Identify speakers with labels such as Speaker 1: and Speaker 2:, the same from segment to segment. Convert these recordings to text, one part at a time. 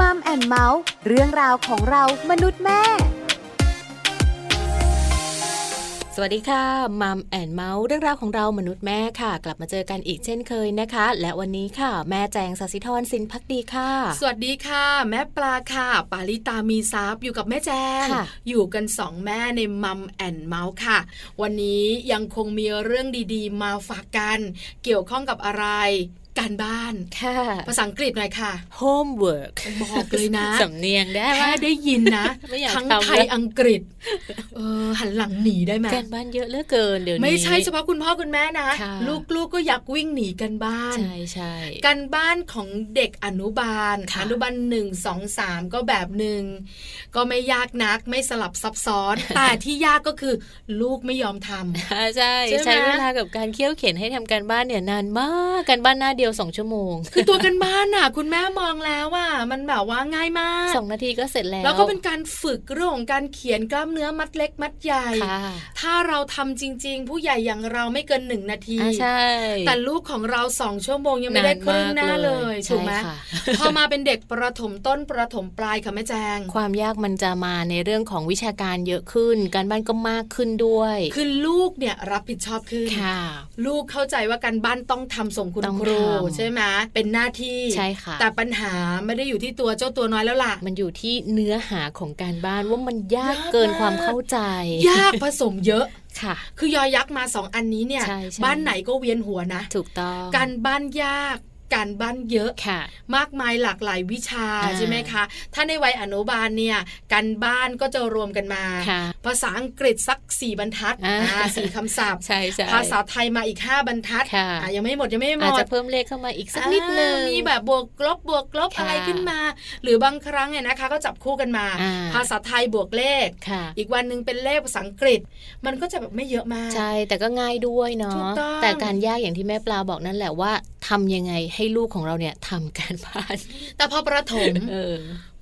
Speaker 1: มัมแอนเมาส์เรื่องราวของเรามนุษย์แม่
Speaker 2: สวัสดีค่ะมัมแอนเมาส์เรื่องราวของเรามนุษย์แม่ค่ะ กลับมาเจอกันอีกเช่นเคยนะคะ และวันนี้ค่ะ แม่แจงสศิธรสินพักดีค่ะ
Speaker 3: สวัสดีค่ะ แม่ปลาค่ะ ปาลิตามีซับอยู่กับแม่แจง
Speaker 2: ค่ะ
Speaker 3: อยู่กันสองแม่ในมัมแอนเมาส์ค่ะ วันนี้ยังคงมีเรื่องดีๆ มาฝากกัน เกี่ยวข้องกับอะไร การบ้าน
Speaker 2: ค่ะ
Speaker 3: ภาษาอังกฤษหน่อยค่ะ
Speaker 2: homework
Speaker 3: บอกเลยนะ
Speaker 2: สำเนียงได้ไหม
Speaker 3: แค่ได้ยินนะ
Speaker 2: ไม่อยาก
Speaker 3: ทั้ง
Speaker 2: ทำ
Speaker 3: ไทย
Speaker 2: แล้ว
Speaker 3: อังกฤษ เออหันหลังหนีได้ไหม
Speaker 2: การบ้านเยอะเหลือเกินเดี๋ยวนี้
Speaker 3: ไม่ใช่เฉพาะคุณพ่อคุณแม่นะ
Speaker 2: ค่ะ
Speaker 3: ลูกๆก็อยากวิ่งหนีกันบ้าน
Speaker 2: ใช่ใช่
Speaker 3: การบ้านของเด็กอนุบาล
Speaker 2: ค่ะ
Speaker 3: อนุบาลหนึ่งสองสามก็แบบหนึ่งก็ไม่ยากนักไม่สลับซับซ้อน แต่ที่ยากก็คือลูกไม่ยอมทำ
Speaker 2: าใช่
Speaker 3: ใช่ไหม
Speaker 2: ใช้เวลากับการเคี่ยวเข็นให้ทำการบ้านเนี่ยนานมากการบ้านหน้าเดียวสองชั่วโมง
Speaker 3: คือตัวกันบ้านน่ะ คุณแม่มองแล้วว่ามันแบบว่าง่ายมาก
Speaker 2: สองนาทีก็เสร็จแล้ว
Speaker 3: แล้วก็เป็นการฝึกเรื่องของการเขียนกล้ามเนื้อมัดเล็กมัดใหญ่
Speaker 2: ค่ะ
Speaker 3: ถ้าเราทำจริง ๆ ผู้ใหญ่อย่างเราไม่เกินหนึ่งนาที
Speaker 2: อ่าใช่
Speaker 3: แต่ลูกของเราสองชั่วโมงยังไม่ได้ครึ่งหน้าเลย
Speaker 2: ใช่
Speaker 3: ถูกไหม
Speaker 2: ค่ะ
Speaker 3: พอมาเป็นเด็กประถมต้นประถมปลายค่ะแม่แจง
Speaker 2: ความยากมันจะมาในเรื่องของวิชาการเยอะขึ้น การบ้านก็มากขึ้นด้วย
Speaker 3: คือลูกเนี่ยรับผิดชอบขึ้น
Speaker 2: ค่ะ
Speaker 3: ลูกเข้าใจว่าการบ้านต้องทำส่งคุณ
Speaker 2: ต้อง
Speaker 3: ครู
Speaker 2: ทำ
Speaker 3: ใช่ไหมเป็นหน้าที่
Speaker 2: ใช่ค่ะ
Speaker 3: แต่ปัญหาไม่ได้อยู่ที่ตัวเจ้าตัวน้อยแล้วล่ะ
Speaker 2: มันอยู่ที่เนื้อหาของการบ้านว่ามันยาก
Speaker 3: ยาก
Speaker 2: เกิน
Speaker 3: มาก
Speaker 2: ความเข้าใจ
Speaker 3: ยากผสมเยอะ
Speaker 2: ค่ะ
Speaker 3: คือยอยักษ์มาสองอันนี้เนี่ย
Speaker 2: ใช่ใช่
Speaker 3: บ้านไหนก็เวียนหัวนะ
Speaker 2: ถูกต้อง
Speaker 3: การบ้านยาก การบ้านเยอะ
Speaker 2: ค่ะ
Speaker 3: มากมายหลากหลายวิชา
Speaker 2: อ่า
Speaker 3: ใช่ไหมคะ ถ้าในวัยอนุบาลเนี่ย การบ้านก็จะรวมกันมา
Speaker 2: ค่ะ
Speaker 3: ภาษาอังกฤษสักสี่บรรทัด
Speaker 2: อ่า
Speaker 3: อ่าสี่คำศัพท์
Speaker 2: ใช่ใช่
Speaker 3: ภาษาไทยมาอีก 5 บรรทัด
Speaker 2: ค่ะ
Speaker 3: อ่ะยังไม่หมดยังไม่หม
Speaker 2: อาจ
Speaker 3: ด
Speaker 2: จะเพิ่มเลขเข้ามาอีกสักนิดนึง
Speaker 3: อ่ามีแบบบวกลบบวกลบ
Speaker 2: ค่ะ
Speaker 3: อะไรขึ้นมา หรือบางครั้งเนี่ยนะคะ ก็จับคู่กันมา
Speaker 2: อ่า
Speaker 3: ภาษาไทยบวกเลข
Speaker 2: ค่ะ
Speaker 3: อีกวันหนึ่งเป็นเลขภาษาอังกฤษ มันก็จะแบบไม่เยอะมาก
Speaker 2: ใช่แต่ก็ง่ายด้วยเนาะ
Speaker 3: ถูกต้อง
Speaker 2: แต่การยากอย่างที่แม่ปลาบอกนั่นแหละว่าทำยังไงให้ลูกของเราเนี่ยทำการบ้าน
Speaker 3: แต่พอประถม
Speaker 2: เออ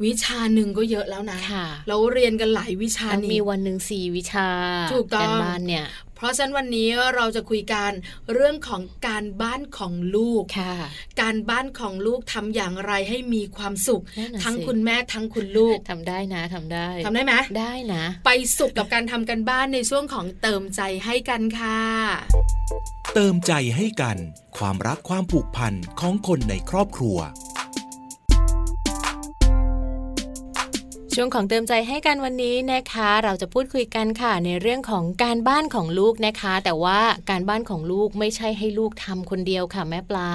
Speaker 3: วิชาหนึ่งก็เยอะแล้วนะ
Speaker 2: ค่ะ
Speaker 3: เราเรียนกันหลายวิชา
Speaker 2: มัน
Speaker 3: นี่
Speaker 2: มีวันหนึ่งสี่วิชา
Speaker 3: ถูกต้อง
Speaker 2: ารบ้านเนี่ย
Speaker 3: เพราะฉะนั้นวันนี้เราจะคุยกันเรื่องของการบ้านของลูก
Speaker 2: ค่ะ
Speaker 3: การบ้านของลูกทำอย่างไรให้มีความสุข
Speaker 2: นั่นน่ะ
Speaker 3: ทั้ง
Speaker 2: สิ
Speaker 3: คุณแม่ทั้งคุณลูก
Speaker 2: ทำได้นะทำได้
Speaker 3: ทำได้ไหม
Speaker 2: ได้นะ
Speaker 3: ไปสุขกับการทำกันบ้านในช่วงของเติมใจให้กันค่ะ
Speaker 4: เติมใจให้กัน ความรักความผูกพันของคนในครอบครัว
Speaker 2: ช่วงของเติมใจให้กันวันนี้นะคะ เราจะพูดคุยกันค่ะ ในเรื่องของการบ้านของลูกนะคะ แต่ว่าการบ้านของลูกไม่ใช่ให้ลูกทำคนเดียวค่ะแม่ปลา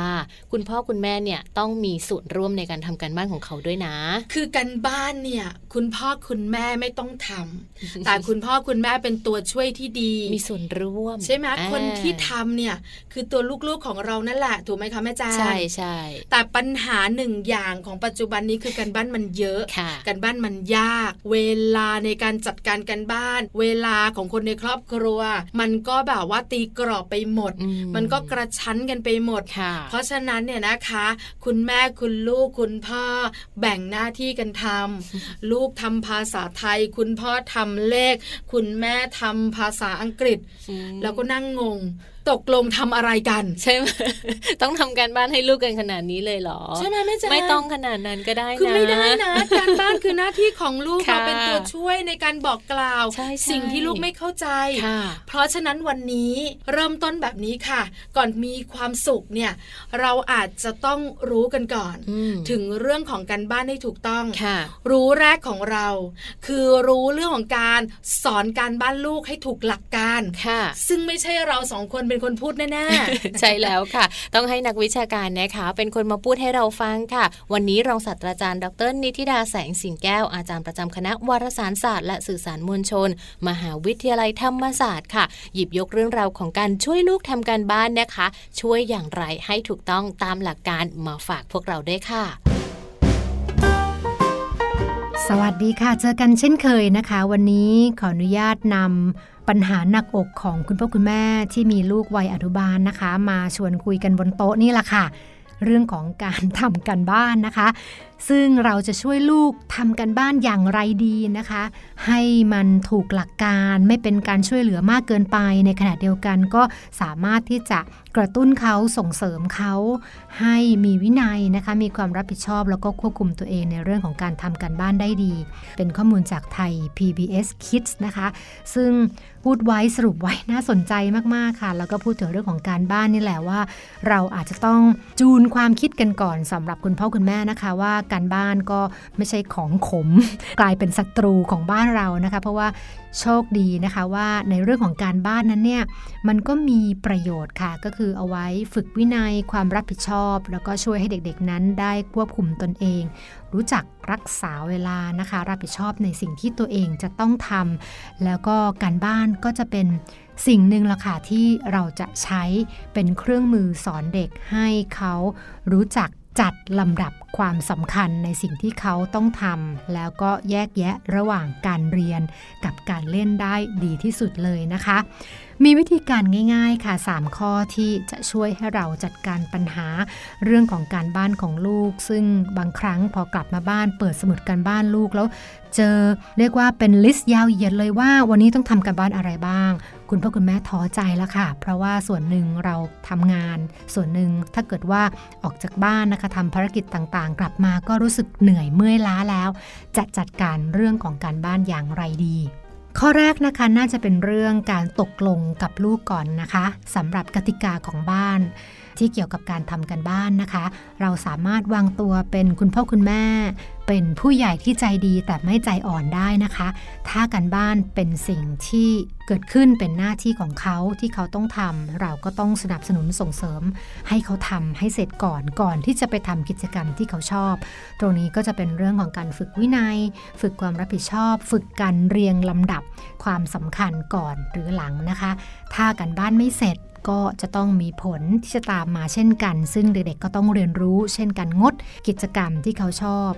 Speaker 2: คุณพ่อคุณแม่เนี่ยต้องมีส่วนร่วมในการทำการบ้านของเขาด้วยนะ
Speaker 3: คือกันบ้านเนี่ย คุณพ่อคุณแม่ไม่ต้องทำ แต่คุณพ่อคุณแม่เป็นตัวช่วยที่ดี
Speaker 2: มีส่วนร่วม
Speaker 3: ใช่ไหม
Speaker 2: อ่า
Speaker 3: คนที่ทำเนี่ย คือตัวลูกๆของเรานั่นแหละถูกไหมคะแม่จาง
Speaker 2: ใช่ใช่
Speaker 3: แต่ปัญหาหนึ่งอย่างของปัจจุบันนี้คือการบ้านมันเยอะ
Speaker 2: ค่ะ
Speaker 3: การบ้านมันยาก เวลาในการจัดการกันบ้าน เวลาของคนในครอบครัว มันก็แบบว่าตีกรอบไปหมด
Speaker 2: อืม
Speaker 3: มันก็กระชั้นกันไปหมด
Speaker 2: ค่ะ
Speaker 3: เพราะฉะนั้นเนี่ยนะคะ คุณแม่คุณลูกคุณพ่อแบ่งหน้าที่กันทำ ลูกทำภาษาไทย คุณพ่อทำเลข คุณแม่ทำภาษาอังกฤษ
Speaker 2: อืม
Speaker 3: แล้วก็นั่งงง ตกลงทำอะไรกัน
Speaker 2: ใช่ไหม ต้องทำการบ้านให้ลูกกันขนาดนี้เลยเหรอ
Speaker 3: ใช่ไหมแม่แจ๊ะ
Speaker 2: ไม่ต้องขนาดนั้นก็ได้นะ
Speaker 3: คือไม่ได้นะ การบ้านคือหน้าที่ของลู ก
Speaker 2: ค่ะ
Speaker 3: เราเป็นตัวช่วยในการบอกกล่าว
Speaker 2: ใช่ใช่
Speaker 3: สิ่งที่ลูกไม่เข้าใจ
Speaker 2: ค่ะ
Speaker 3: เพราะฉะนั้นวันนี้เริ่มต้นแบบนี้ค่ะ ก่อนมีความสุขเนี่ย เราอาจจะต้องรู้กันก่อน
Speaker 2: อืม
Speaker 3: ถึงเรื่องของการบ้านให้ถูกต้อง
Speaker 2: ค่ะ
Speaker 3: รู้แรกของเรา คือรู้เรื่องของการสอนการบ้านลูกให้ถูกหลักการ
Speaker 2: ค่ะ
Speaker 3: ซึ่งไม่ใช่เราสองคนเป็นคนพูดแน่
Speaker 2: ใช่แล้วค่ะ ต้องให้นักวิชาการนะคะ เป็นคนมาพูดให้เราฟังค่ะ วันนี้รองศาสตราจารย์ดรนิติดาแสงสิงแก้ว อาจารย์ประจำคณะวารสารศาสตร์และสื่อสารมวลชน มหาวิทยาลัยธรรมศาสตร์ค่ะ หยิบยกเรื่องราวของการช่วยลูกทำการบ้านนะคะ ช่วยอย่างไรให้ถูกต้องตามหลักการมาฝากพวกเราด้วยค่ะ
Speaker 5: สวัสดีค่ะ เจอกันเช่นเคยนะคะ วันนี้ขออนุญาตนำปัญหาหนักอกของคุณพ่อคุณแม่ที่มีลูกวัยอนุบาลนะคะ มาชวนคุยกันบนโต๊ะนี่แหละค่ะ เรื่องของการทำกันบ้านนะคะ ซึ่งเราจะช่วยลูกทำกันบ้านอย่างไรดีนะคะ ให้มันถูกหลักการไม่เป็นการช่วยเหลือมากเกินไป ในขณะเดียวกันก็สามารถที่จะ กระตุ้นเขาส่งเสริมเขาให้มีวินัยนะคะ มีความรับผิดชอบแล้วก็ควบคุมตัวเองในเรื่องของการทำการบ้านได้ดี เป็นข้อมูลจากไทย PBS Kids นะคะ ซึ่งพูดไว้สรุปไว้น่าสนใจมาก ๆ ค่ะ แล้วก็พูดถึงเรื่องของการบ้านนี่แหละว่า เราอาจจะต้องจูนความคิดกันก่อนสำหรับคุณพ่อคุณแม่นะคะ ว่าการบ้านก็ไม่ใช่ของขม กลายเป็นศัตรูของบ้านเรานะคะ เพราะว่าโชคดีนะคะว่าในเรื่องของการบ้านนั้นเนี่ยมันก็มีประโยชน์ค่ะ ก็คือเอาไว้ฝึกวินัยความรับผิดชอบ แล้วก็ช่วยให้เด็กๆนั้นได้ควบคุมตนเอง รู้จักรักษาเวลานะคะ รับผิดชอบในสิ่งที่ตัวเองจะต้องทำ แล้วก็การบ้านก็จะเป็นสิ่งหนึ่งละค่ะที่เราจะใช้เป็นเครื่องมือสอนเด็กให้เขารู้จักจัดลำดับความสำคัญในสิ่งที่เขาต้องทำแล้วก็แยกแยะระหว่างการเรียนกับการเล่นได้ดีที่สุดเลยนะคะ มีวิธีการง่ายๆค่ะ 3 ข้อที่จะช่วยให้เราจัดการปัญหา เรื่องของการบ้านของลูก ซึ่งบางครั้งพอกลับมาบ้าน เปิดสมุดการบ้านลูกแล้ว เจอเรียกว่าเป็นลิสต์ยาวเหยียดเลยว่า วันนี้ต้องทำการบ้านอะไรบ้าง คุณพ่อคุณแม่ท้อใจแล้วค่ะ เพราะว่าส่วนหนึ่งเราทำงาน ส่วนหนึ่งถ้าเกิดว่าออกจากบ้านนะคะทำภารกิจต่างๆ กลับมาก็รู้สึกเหนื่อยเมื่อยล้าแล้ว จะจัดการเรื่องของการบ้านอย่างไรดี ข้อแรกนะคะน่าจะเป็นเรื่องการตกลงกับลูกก่อนนะคะสำหรับกติกาของบ้าน ที่เกี่ยวกับการทำกันบ้านนะคะ เราสามารถวางตัวเป็นคุณพ่อคุณแม่ เป็นผู้ใหญ่ที่ใจดีแต่ไม่ใจอ่อนได้นะคะ ถ้าการบ้านเป็นสิ่งที่เกิดขึ้นเป็นหน้าที่ของเขาที่เขาต้องทำเราก็ต้องสนับสนุนส่งเสริม ให้เขาทำให้เสร็จก่อนก่อนที่จะไปทำกิจกรรมที่เขาชอบ ตรงนี้ก็จะเป็นเรื่องของการฝึกวินัย ฝึกความรับผิดชอบ ฝึกการเรียงลำดับความสำคัญก่อนหรือหลังนะคะ ถ้าการบ้านไม่เสร็จก็จะต้องมีผลที่จะตามมาเช่นกัน ซึ่งเด็กๆก็ต้องเรียนรู้ เช่นกันงดกิจกรรมที่เขาชอบ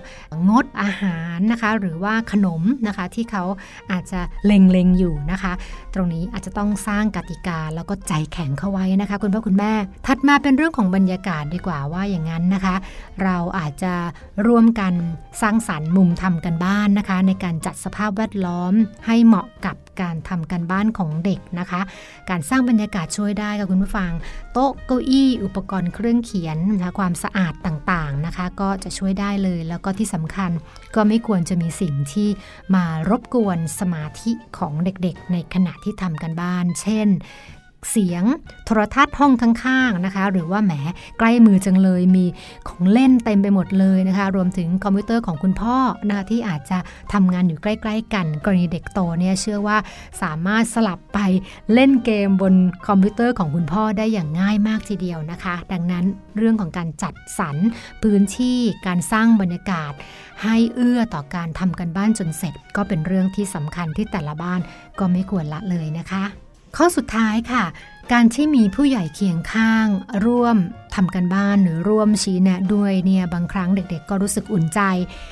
Speaker 5: งดอาหารนะคะ หรือว่าขนมนะคะที่เขาอาจจะเล็งๆอยู่นะคะ ตรงนี้อาจจะต้องสร้างกติกาแล้วก็ใจแข็งเข้าไว้นะคะ คุณพ่อคุณแม่ ถัดมาเป็นเรื่องของบรรยากาศดีกว่าว่าอย่างนั้นนะคะ เราอาจจะร่วมกันสร้างสรรค์มุมทำกันบ้านนะคะ ในการจัดสภาพแวดล้อมให้เหมาะกับการทำกันบ้านของเด็กนะคะ การสร้างบรรยากาศช่วยได้ค่ะคุณผู้ฟัง โต๊ะเก้าอี้ อุปกรณ์เครื่องเขียนนะคะความสะอาดต่างๆนะคะ ก็จะช่วยได้เลยแล้วก็ที่สำคัญก็ไม่ควรจะมีสิ่งที่มารบกวนสมาธิของเด็กๆ ในขณะที่ทำกันบ้าน เช่น เสียงโทรทัศน์ห้องข้างๆนะคะ หรือว่าแหมใกล้มือจังเลยมีของเล่นเต็มไปหมดเลยนะคะ รวมถึงคอมพิวเตอร์ของคุณพ่อนะคะที่อาจจะทำงานอยู่ใกล้ ๆ กัน กรณีเด็กโตเนี่ยเชื่อว่าสามารถสลับไปเล่นเกมบนคอมพิวเตอร์ของคุณพ่อได้อย่างง่ายมากทีเดียวนะคะ ดังนั้นเรื่องของการจัดสรรพื้นที่การสร้างบรรยากาศ ให้เอื้อต่อการทำกันบ้านจนเสร็จ ก็เป็นเรื่องที่สำคัญที่แต่ละบ้านก็ไม่ควรละเลยนะคะ ข้อสุดท้ายค่ะ การที่มีผู้ใหญ่เคียงข้าง ร่วมทำกันบ้านหรือร่วมชี้แนะด้วยเนี่ยบางครั้งเด็กๆ ก็รู้สึกอุ่นใจ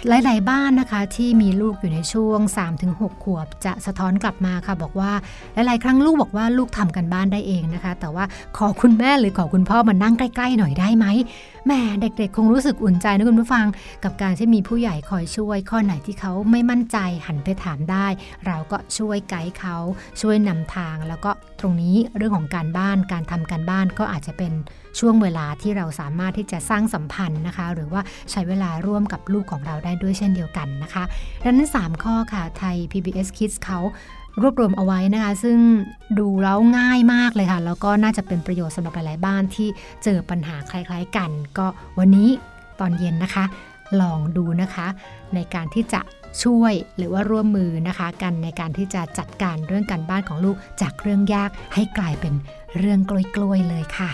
Speaker 5: หลาย ๆ บ้านนะคะ ที่มีลูกอยู่ในช่วง 3-6 ขวบ จะสะท้อนกลับมาค่ะ บอกว่าหลาย ๆ ครั้งลูกบอกว่าลูกทำกันบ้านได้เองนะคะ แต่ว่าขอคุณแม่หรือขอคุณพ่อมานั่งใกล้ ๆ หน่อยได้ไหมแหมเด็ก ๆ คงรู้สึกอุ่นใจนะคุณผู้ฟัง กับการที่มีผู้ใหญ่คอยช่วย ข้อไหนที่เขาไม่มั่นใจหันไปถามได้ เราก็ช่วยไกด์เขาช่วยนำทาง แล้วก็ตรงนี้เรื่องของการบ้านการทำการบ้านก็อาจจะเป็นช่วงเวลาที่เราสามารถที่จะสร้างสัมพันธ์นะคะ หรือว่าใช้เวลาร่วมกับลูกของเราได้ด้วยเช่นเดียวกันนะคะดังนั้น 3 ข้อค่ะไทย PBS Kids เขา รวบรวมเอาไว้นะคะ ซึ่งดูแล้วง่ายมากเลยค่ะ แล้วก็น่าจะเป็นประโยชน์สำหรับหลาย ๆ บ้านที่เจอปัญหาคล้าย ๆ กัน ก็วันนี้ตอนเย็นนะคะ ลองดูนะคะ ในการที่จะช่วยหรือว่าร่วมมือนะคะ กันในการที่จะจัดการเรื่องการบ้านของลูกจากเรื่องยากให้กลายเป็นเรื่องกล้วยๆเลยค่ะ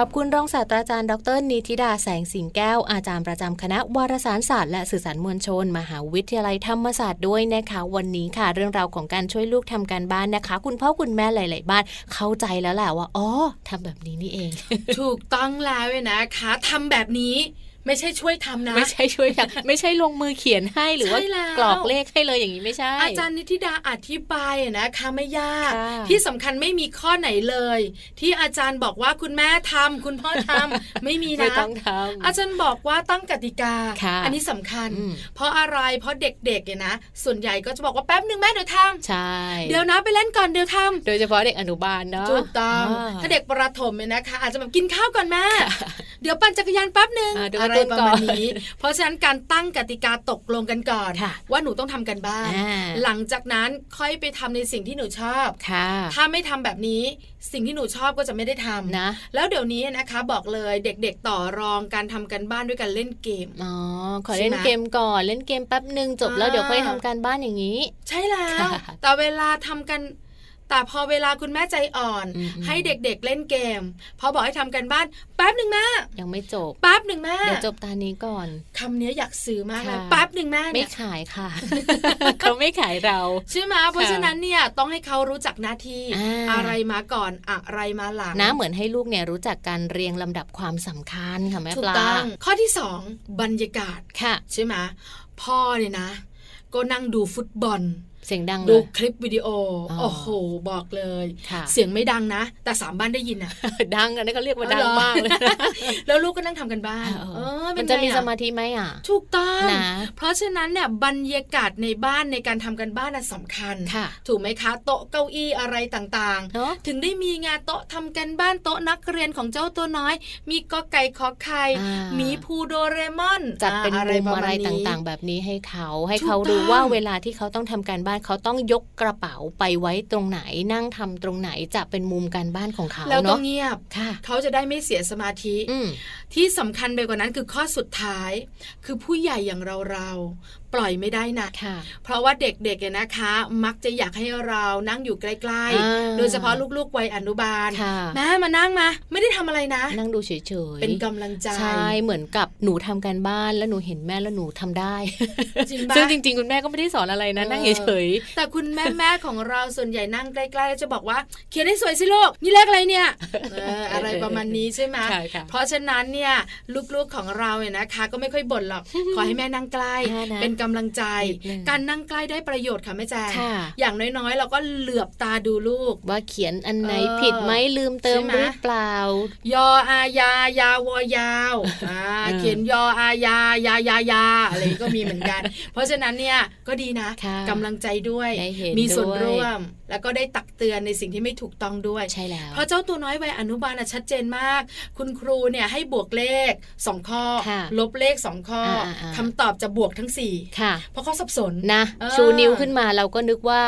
Speaker 2: ขอบคุณรองศาสตราจารย์ดรนิติดาแสงสิงแก้ว อาจารย์ประจำคณะวารสารศาสตร์และสื่อสารมวลชน มหาวิทยาลัยธรรมศาสตร์ด้วยนะคะ วันนี้ค่ะ เรื่องราวของการช่วยลูกทำการบ้านนะคะ คุณพ่อคุณแม่หลาย ๆ บ้านเข้าใจ แล้วแหละว่าอ๋อทำแบบนี้นี่เอง
Speaker 3: ถูกต้องแล้วเว้ยนะคะทำแบบนี้ ไม่ใช่ช่วยทำนะ
Speaker 2: ไม่ใช่ช่วยทำไม่ใช่ลงมือเขียนให้หรือว่า
Speaker 3: ใช่แล้ว
Speaker 2: กรอกเลขให้เลยอย่างนี้ไม่ใช่
Speaker 3: อาจารย์นิติดาอธิบายอะนะคะไม่ยาก
Speaker 2: ค่ะ
Speaker 3: ที่สำคัญไม่มีข้อไหนเลย ที่อาจารย์บอกว่าคุณแม่ทำคุณพ่อทำ ไม่มี
Speaker 2: ไม่
Speaker 3: นะ
Speaker 2: ต้องทำ
Speaker 3: อาจารย์บอกว่าตั้งกติกา
Speaker 2: ค่ะ
Speaker 3: อันี้สำคัญ
Speaker 2: อืม
Speaker 3: เพราะอะไรเพราะเด็กๆเนี่ยนะส่วนใหญ่ก็จะบอกว่าแป๊บหนึ่งแม่เดี๋ยวท
Speaker 2: ใช่
Speaker 3: ำเดี๋ยวนะไปเล่นก่อนเดี๋ยวทำ
Speaker 2: โดยเฉพาะเด็กอนุบาลเนาะ
Speaker 3: ถูกต้อง
Speaker 2: า
Speaker 3: ถ้าเด็กประถมเนี่ยนะคะ อาจจะแบบกินข้าวก่อนแม่เดี๋ยวปั่นจักรยานแป๊บหนึ่ง
Speaker 2: อ่าดู
Speaker 3: อะ
Speaker 2: การ์ตูน
Speaker 3: ไรประ
Speaker 2: ก่อน
Speaker 3: มาณนี้ เพราะฉะนั้นการตั้งกติกาตกลงกันก่อน
Speaker 2: ค่ะ
Speaker 3: ว่าหนูต้องทำกันบ้าน
Speaker 2: อ่า
Speaker 3: หลังจากนั้นค่อยไปทำในสิ่งที่หนูชอบ
Speaker 2: ค่ะ
Speaker 3: ถ้าไม่ทำแบบนี้สิ่งที่หนูชอบก็จะไม่ได้ทำ
Speaker 2: นะ
Speaker 3: แล้วเดี๋ยวนี้นะคะบอกเลยเด็กๆต่อรองการทำกันบ้านด้วยการเล่นเกม
Speaker 2: อ๋อ ขอ
Speaker 3: ใช่
Speaker 2: เล่น
Speaker 3: ไหม
Speaker 2: เกมก่อน เล่นเกมแป๊บหนึ่งจบแล้ว
Speaker 3: อ่า
Speaker 2: เดี๋ยวค่อยทำการบ้านอย่างนี้
Speaker 3: ใช่แล้ว
Speaker 2: ค่ะ
Speaker 3: แต่เวลาทำกันแต่พอเวลาคุณแม่ใจอ่อน
Speaker 2: อืมๆ
Speaker 3: ให้เด็กๆเล่นเกม พอบอกให้ทำกันบ้านแป๊บหนึ่งแม่
Speaker 2: ยังไม่จบ
Speaker 3: แป๊บหนึ่งแม่
Speaker 2: เดี๋ยวจบตานี้ก่อน
Speaker 3: คำนี้อยากซื้อมากเลย
Speaker 2: ค่ะ
Speaker 3: แป๊บหนึ่งแม่
Speaker 2: ไม่
Speaker 3: เนี่ย
Speaker 2: ขายค่ะ เขาไม่ขายเรา
Speaker 3: ใช่ไหมเพราะฉะนั้นเนี่ยต้องให้เขารู้จักหน้าที่
Speaker 2: อ่า
Speaker 3: อะไรมาก่อนอะไรมาหลัง
Speaker 2: นะเหมือนให้ลูกเนี่ยรู้จักการเรียงลำดับความสำคัญค่ะแม่
Speaker 3: ถู
Speaker 2: ป
Speaker 3: ก
Speaker 2: ลา
Speaker 3: ต้องข้อที่ 2 บรรยากาศ
Speaker 2: ค่ะ
Speaker 3: ใช่ไหมพ่อเนี่ยนะ ก็นั่งดูฟุตบอล
Speaker 2: เสียงดังเล
Speaker 3: ดู
Speaker 2: ย
Speaker 3: คลิปวิดีโอ
Speaker 2: อ๋อ
Speaker 3: โอ้โห บอกเลย
Speaker 2: ค่ะ
Speaker 3: เสียงไม่ดังนะ แต่สามบ้านได้ยินอะ
Speaker 2: ดังอัน นี้เขาเรียกว่า
Speaker 3: อ๋อ
Speaker 2: ดั
Speaker 3: เห
Speaker 2: ง
Speaker 3: รอ
Speaker 2: มากเลยนะ
Speaker 3: แล้วลูกก็นั่งทำกันบ้าน
Speaker 2: เอ
Speaker 3: เอ
Speaker 2: อ
Speaker 3: อเป็
Speaker 2: มัน
Speaker 3: น
Speaker 2: จะ
Speaker 3: ไงอ
Speaker 2: มีสมาธิไหมอ่ะ
Speaker 3: ถูกต้อง
Speaker 2: นะ
Speaker 3: เพราะฉะนั้นเนี่ยบรรยากาศในบ้านในการทำกันบ้านน่ะสำคัญ
Speaker 2: ค่ะ
Speaker 3: ถูกไหมคะ โต๊ะเก้าอี้อะไรต่างๆ
Speaker 2: เนาะ
Speaker 3: ถึงได้มีงานโต๊ะทำกันบ้านโต๊ะนักเรียนของเจ้าตัวน้อย มีกอไก่ขอไข่
Speaker 2: อ่า
Speaker 3: หมีภูโดเรมอน
Speaker 2: จัดเป็น
Speaker 3: อะไร
Speaker 2: มุม
Speaker 3: ป
Speaker 2: อะไร
Speaker 3: มาณนี้
Speaker 2: ต่างๆ แบบนี้ให้เขาให้
Speaker 3: ถูก
Speaker 2: เขารู้
Speaker 3: ต้อง
Speaker 2: ว่าเวลาที่เขาต้องทำการบ้านเขาต้องยกกระเป๋าไปไว้ตรงไหนนั่งทำตรงไหนจะเป็นมุมการบ้านของเขา
Speaker 3: แล้วก็
Speaker 2: เนาะ
Speaker 3: เงียบ
Speaker 2: ค่ะ
Speaker 3: เขาจะได้ไม่เสียสมาธิ
Speaker 2: อืม
Speaker 3: ที่สำคัญไปกว่านั้นคือข้อสุดท้าย คือผู้ใหญ่อย่างเราเราๆปล่อยไม่ได้นะ
Speaker 2: ค่ะ
Speaker 3: เพราะว่าเด็กๆเนี่ยนะคะ มักจะอยากให้เรานั่งอยู่ใกล้
Speaker 2: อ่า
Speaker 3: ๆ โดยเฉพาะลูกๆวัยอนุบาล
Speaker 2: ค่ะ
Speaker 3: แม่มานั่งมา ไม่ได้ทำอะไรนะ
Speaker 2: นั่งดูเฉยๆ
Speaker 3: เป็นกำลังใจ
Speaker 2: ใช่เหมือนกับหนูทำการบ้านแล้วหนูเห็นแม่แล้วหนูทำได้
Speaker 3: จริงปะ
Speaker 2: ซึ่งจริง ๆ คุณแม่ก็ไม่ได้สอนอะไรนะ
Speaker 3: เออ
Speaker 2: นั่งเฉย
Speaker 3: แต่คุณแม่แม่ของเราส่วนใหญ่นั่งใกล้ๆแล้วจะบอกว่า เขียนให้สวยสิลูกนี่เลขอะไรเนี่ยเอออะไรประมาณนี้ใช่ไหม
Speaker 2: ๆค่ะค่ะ
Speaker 3: เพราะฉะนั้นเนี่ยลูกๆของเราเนี่ยนะคะ ก็ไม่ค่อยบ่นหรอก ขอให้แม่นั่งใกล้
Speaker 2: แม่นะ
Speaker 3: เป็นกำลังใจ
Speaker 2: นิดนึง
Speaker 3: การนั่งใกล้ได้ประโยชน์ค่ะแม่แจง
Speaker 2: ค่ะ
Speaker 3: อย่างน้อยๆ เราก็เหลือบตาดูลูก
Speaker 2: ว่าเขียนอันไหน
Speaker 3: เออ
Speaker 2: ผิดไหมลืมเติม
Speaker 3: ใช่ไหม
Speaker 2: หรือเปล่า
Speaker 3: ยออายายาวอยาวอ่า
Speaker 2: เออ
Speaker 3: เขียนยออายายายายาอะไรก็มีเหมือน กัน เพราะฉะนั้นเนี่ยก็ดีนะ
Speaker 2: ค่ะ
Speaker 3: กำลังใจด้วย
Speaker 2: ได้เห็น
Speaker 3: มีส่วน
Speaker 2: ด้วย
Speaker 3: ร่วม แล้วก็ได้ตักเตือนในสิ่งที่ไม่ถูกต้องด้วย
Speaker 2: ใช่แล้ว
Speaker 3: เพราะเจ้าตัวน้อยวัยอนุบาลน่ะชัดเจนมาก คุณครูเนี่ยให้บวกเลข 2 ข้อ
Speaker 2: ค่ะ
Speaker 3: ลบเลข 2 ข้ออา
Speaker 2: อ่า
Speaker 3: คำตอบจะบวกทั้ง 4
Speaker 2: ค่ะ
Speaker 3: เพราะเขาสับสน
Speaker 2: นะ
Speaker 3: เออ
Speaker 2: ชูนิ้วขึ้นมาเราก็นึกว่า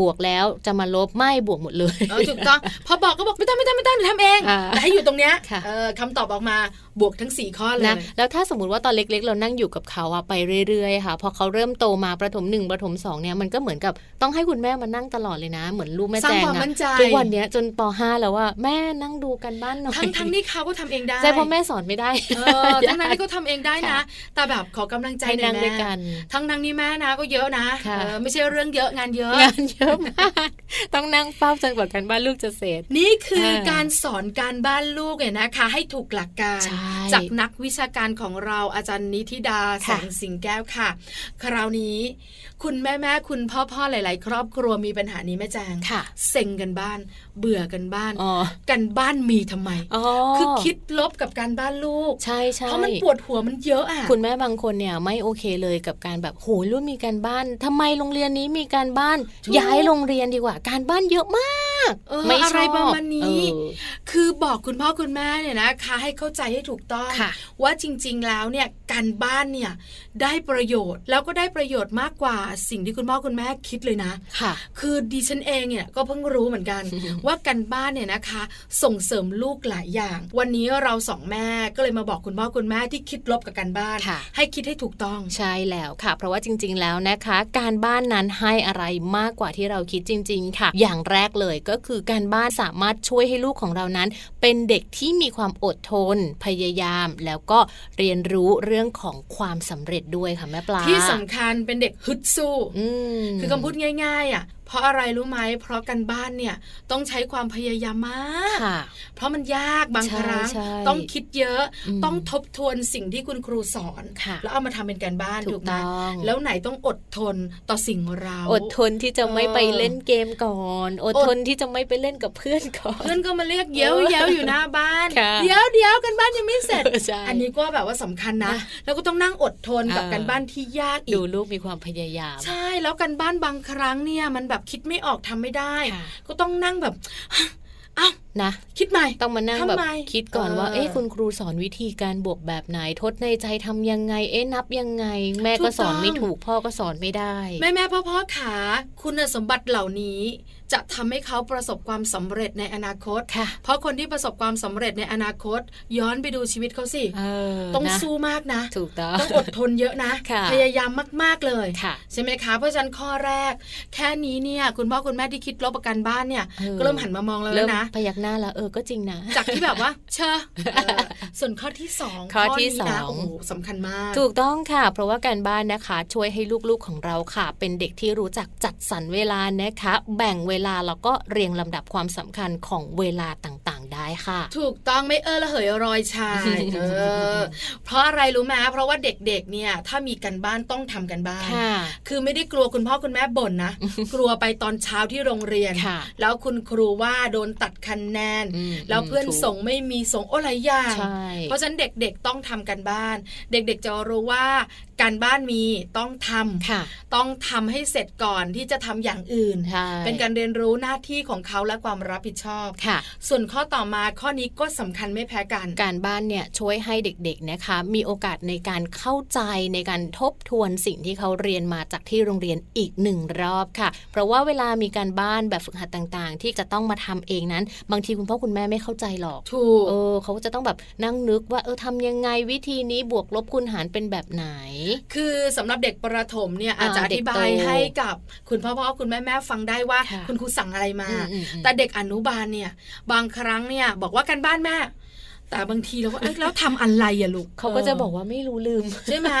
Speaker 2: บวกแล้วจะมาลบไม่บวกหมดเลย
Speaker 3: เออถูกต้อง พอบอกก็บอกไม่ต้องไม่ต้องไม่ต้องหนูทำเอง
Speaker 2: อ่า
Speaker 3: แต่ให้อยู่ตรงเนี้ย
Speaker 2: ค่ะ
Speaker 3: เออคำตอบออกมาบวกทั้ง 4 ข้อเลย
Speaker 2: นะแล้วถ้าสมมติว่าตอนเล็กๆ เรานั่งอยู่กับเขาอะไปเรื่อยๆค่ะพอเขาเริ่มโตมาประถมหนึ่งประถมสองเนี่ยมันก็เหมือนกับต้องให้คุณแม่มานั่งตลอดเลยนะ เหมือนลูกแม่
Speaker 3: สร้า
Speaker 2: แจ
Speaker 3: ง
Speaker 2: ง
Speaker 3: ความ
Speaker 2: อะ
Speaker 3: มั่นใจ
Speaker 2: ทุกวันเนี้ยจนปห้าแล้วว่าแม่นั่งดูกันบ้านหน่อย
Speaker 3: ทั้งทั้งนี่เขาก็ทำเองได้
Speaker 2: ใช่เพราะแม่สอนไม่ได้
Speaker 3: เออทั้งนั้นนี่ก็ทำเองได้นะ
Speaker 2: ค่ะ
Speaker 3: แต่แบบขอกำลังใจ
Speaker 2: ให้
Speaker 3: หน่อ
Speaker 2: นั่
Speaker 3: ย
Speaker 2: ง
Speaker 3: แม่
Speaker 2: ด้วยกัน
Speaker 3: ทั้งทั้งนี่แม่นะก็เยอะนะ
Speaker 2: ค่ะ
Speaker 3: เออไม่ใช่เรื่องเยอะงานเยอะ
Speaker 2: งานเยอะมากต้องนั่งเฝ้าจนกว่ากันบ้านลูกจะเสร็จ
Speaker 3: นี่คือ
Speaker 2: เออ
Speaker 3: การสอนการบ้านลูกเนี่ยนะคะ ให้ถูกหลักการ
Speaker 2: ใช่
Speaker 3: จากนักวิชาการของเราอาจารย์นิธิดาแส
Speaker 2: ค่ะ
Speaker 3: งสิงแก้วค่ะ คราวนี้ คุณแม่แม่ๆคุณพ่อพ่อๆหลาย ๆ ครอบครัวมีปัญหานี้แม่แจง
Speaker 2: ค่ะ
Speaker 3: เซ็งกันบ้าน เบื่อกันบ้าน
Speaker 2: อ๋อ
Speaker 3: กันบ้านมีทำไม
Speaker 2: อ๋อ
Speaker 3: คือคิดลบกับการบ้านลูก
Speaker 2: ใช่ใช่
Speaker 3: เพราะมันปวดหัวมันเยอะอ่ะ
Speaker 2: คุณแม่บางคนเนี่ยไม่โอเคเลยกับการแบบโหลูกมีการบ้านทำไมโรงเรียนนี้มีการบ้าน
Speaker 3: ถูก
Speaker 2: ย้ายโรงเรียนดีกว่า การบ้านเยอะมาก
Speaker 3: เออ
Speaker 2: ไม่ชบ
Speaker 3: อะไรประมาณนี้
Speaker 2: เออ
Speaker 3: คือบอกคุณพ่อคุณแม่เนี่ยนะคะ ให้เข้าใจให้ถูกต้อง
Speaker 2: ค่ะ
Speaker 3: ว่าจริงๆแล้วเนี่ยการบ้านเนี่ยได้ประโยชน์แล้วก็ได้ประโยชน์มากกว่าสิ่งที่คุณพ่อคุณแม่คิดเลยนะ
Speaker 2: ค่ะ
Speaker 3: คือดิฉันเองเนี่ยก็เพิ่งรู้เหมือน กัน ว่าการบ้านเนี่ยนะคะ ส่งเสริมลูกหลายอย่าง วันนี้เราสองแม่ก็เลยมาบอกคุณพ่อคุณแม่ที่คิดลบกับการบ้าน
Speaker 2: ค่ะ
Speaker 3: ให้คิดให้ถูกต้อง
Speaker 2: ใช่แล้วค่ะ เพราะว่าจริง ๆ แล้วนะคะ การบ้านนั้นให้อะไรมากกว่าที่เราคิดจริง ๆ ค่ะ อย่างแรกเลยก็คือการบ้านสามารถช่วยให้ลูกของเรานั้น เป็นเด็กที่มีความอดทน พยายาม แล้วก็เรียนรู้เรื่องของความสำเร็จด้วยค่ะแม่ปลา
Speaker 3: ที่สำคัญเป็นเด็กฮึดสู้
Speaker 2: อืม
Speaker 3: คือคำพูดง่ายๆอ่ะพ เพราะอะไรรู้ไหมเพราะกันบ้านเนี่ยต้องใช้ความพยายามมาก
Speaker 2: ค่ะ
Speaker 3: เพราะมันยากบาง
Speaker 2: ใช่
Speaker 3: ครั้ง
Speaker 2: ใช่
Speaker 3: ต้องคิดเยอะ
Speaker 2: อืม
Speaker 3: ต้องทบทวนสิ่งที่คุณครูสอน
Speaker 2: ค่ะ
Speaker 3: แล้วเอามาทำเป็นการบ้าน
Speaker 2: ถู
Speaker 3: ถู
Speaker 2: ก
Speaker 3: กไหม
Speaker 2: ต้อง
Speaker 3: แล้วไหนต้องอดทนต่อสิ่งเรา
Speaker 2: อดทนที่จะไม่
Speaker 3: เออ
Speaker 2: ไปเล่นเกมก่อน อด
Speaker 3: อด
Speaker 2: ทนที่จะไม่ไปเล่นกับเพื่อนก่อน
Speaker 3: เพื่อนก็มาเรียกเย้วเย้วอยู่หน้าบ้าน
Speaker 2: ค่ะ
Speaker 3: เดี๋ยวเดี๋ยวกันบ้านยังไม่เสร็จ
Speaker 2: ใช่
Speaker 3: อันนี้ก็แบบว่าสำคัญนะ
Speaker 2: นะ
Speaker 3: แล้วก็ต้องนั่งอดทนกับ
Speaker 2: เออ
Speaker 3: การบ้านที่ยากอี
Speaker 2: ดู
Speaker 3: ก
Speaker 2: ลูกมีความพยายาม
Speaker 3: ใช่แล้วกันบ้านบางครั้งเนี่ยมันแบบคิดไม่ออกทำไม่ได้
Speaker 2: ค่ะ
Speaker 3: ก็ต้องนั่งแบบ อ้าว
Speaker 2: นะ
Speaker 3: คิดใหม่
Speaker 2: ต้องมานั่งแบบ
Speaker 3: ทำไม
Speaker 2: คิดก่อนว่า
Speaker 3: เออ
Speaker 2: เอ๊ะคุณครูสอนวิธีการบวกแบบไหน ทดในใจทำยังไง เอ๊ะนับยังไง แม่ก็สอนไม่ถูกพ่อก็สอนไม่ได้
Speaker 3: แม่แม่พ่อพ่อขา คุณสมบัติเหล่านี้ จะทำให้เขาประสบความสำเร็จในอนาคต
Speaker 2: ค่ะ
Speaker 3: เพราะคนที่ประสบความสำเร็จในอนาคต ย้อนไปดูชีวิตเขาสิ
Speaker 2: เออ
Speaker 3: ต้อง
Speaker 2: นะ
Speaker 3: สู้มากนะ
Speaker 2: ถูกต้อง
Speaker 3: ต้องอดทนเยอะนะ
Speaker 2: ค่ะ
Speaker 3: พยายามมาก ๆ เลย
Speaker 2: ค่ะ
Speaker 3: ใช่ไหมคะ เพราะฉะนั้นข้อแรก แค่นี้เนี่ยคุณพ่อคุณแม่ที่คิดลบประกันบ้านเนี่ย
Speaker 2: เออ
Speaker 3: ก็เริ่มหันมามองแล้ว
Speaker 2: เริ่ม
Speaker 3: นะ
Speaker 2: พยักหน้าแล้วเออก็จริงนะ
Speaker 3: จากที่แบบว่า เช อะเออส่วนข้อที่สอง
Speaker 2: ข้อที่
Speaker 3: นี้นะ
Speaker 2: สอง
Speaker 3: โอ้โหสำคัญมาก
Speaker 2: ถูกต้องค่ะ เพราะว่าการบ้านนะคะ ช่วยให้ลูกๆของเราค่ะ เป็นเด็กที่รู้จักจัดสรรเวลานะคะ แบ่งเวลาแล้วก็เรียงลำดับความสำคัญของเวลาต่างๆ ได้ค่ะ
Speaker 3: ถูกต้องไม่เออละเหยรอยชาย เออ เพราะอะไรรู้ไหมเพราะว่าเด็กๆ เนี่ย ถ้ามีกันบ้านต้องทำกันบ้าน
Speaker 2: ค่ะ
Speaker 3: คือไม่ได้กลัวคุณพ่อคุณแม่บ่น นะ กลัวไปตอนเช้าที่โรงเรียน
Speaker 2: ค่ะ
Speaker 3: แล้วคุณครูว่าโดนตัดคะแนน
Speaker 2: อืม
Speaker 3: แล้วเพื่อน
Speaker 2: ถูก
Speaker 3: ส่งไม่มีส่งโอ้หลายอย่าง
Speaker 2: ใช่
Speaker 3: เพราะฉะนั้นเด็กๆต้องทำกันบ้าน เด็กๆจะรู้ว่าการบ้านมีต้องทำ
Speaker 2: ค่ะ
Speaker 3: ต้องทำให้เสร็จก่อนที่จะทำอย่างอื่น
Speaker 2: ใช่
Speaker 3: เป็นการเรียนรู้หน้าที่ของเขาและความรับผิดชอบ
Speaker 2: ค่ะ
Speaker 3: ส่วนข้อต่อมาข้อนี้ก็สำคัญไม่แพ้กัน
Speaker 2: การบ้านเนี่ยช่วยให้เด็กๆนะคะ มีโอกาสในการเข้าใจในการทบทวนสิ่งที่เขาเรียนมาจากที่โรงเรียนอีกหนึ่งรอบค่ะ เพราะว่าเวลามีการบ้านแบบฝึกหัดต่างๆ ที่จะต้องมาทำเองนั้น บางทีคุณพ่อคุณแม่ไม่เข้าใจหรอก
Speaker 3: ถูก
Speaker 2: เออเขาจะต้องแบบนั่งนึกว่าเออทำยังไงวิธีนี้บวกลบคูณหารเป็นแบบไหน
Speaker 3: คือสำหรับเด็กประถมเนี่ย
Speaker 2: อ่า
Speaker 3: อาจจะอธิบาย
Speaker 2: เด็กโต
Speaker 3: ให้กับคุณพ่อพ่อคุณแม่แม่ฟังได้ว่า
Speaker 2: ค่ะ
Speaker 3: คุณครูสั่งอะไรมา
Speaker 2: อืมอืมอืม
Speaker 3: แต่เด็กอนุบาลเนี่ย บางครั้งเนี่ย บอกว่ากันบ้านแม่ แต่บางทีเราก็เอ๊ะแล้วทำอะไรอะลูก
Speaker 2: เขาก็จะบอกว่าไม่รู้ลืม
Speaker 3: ใช่ไหม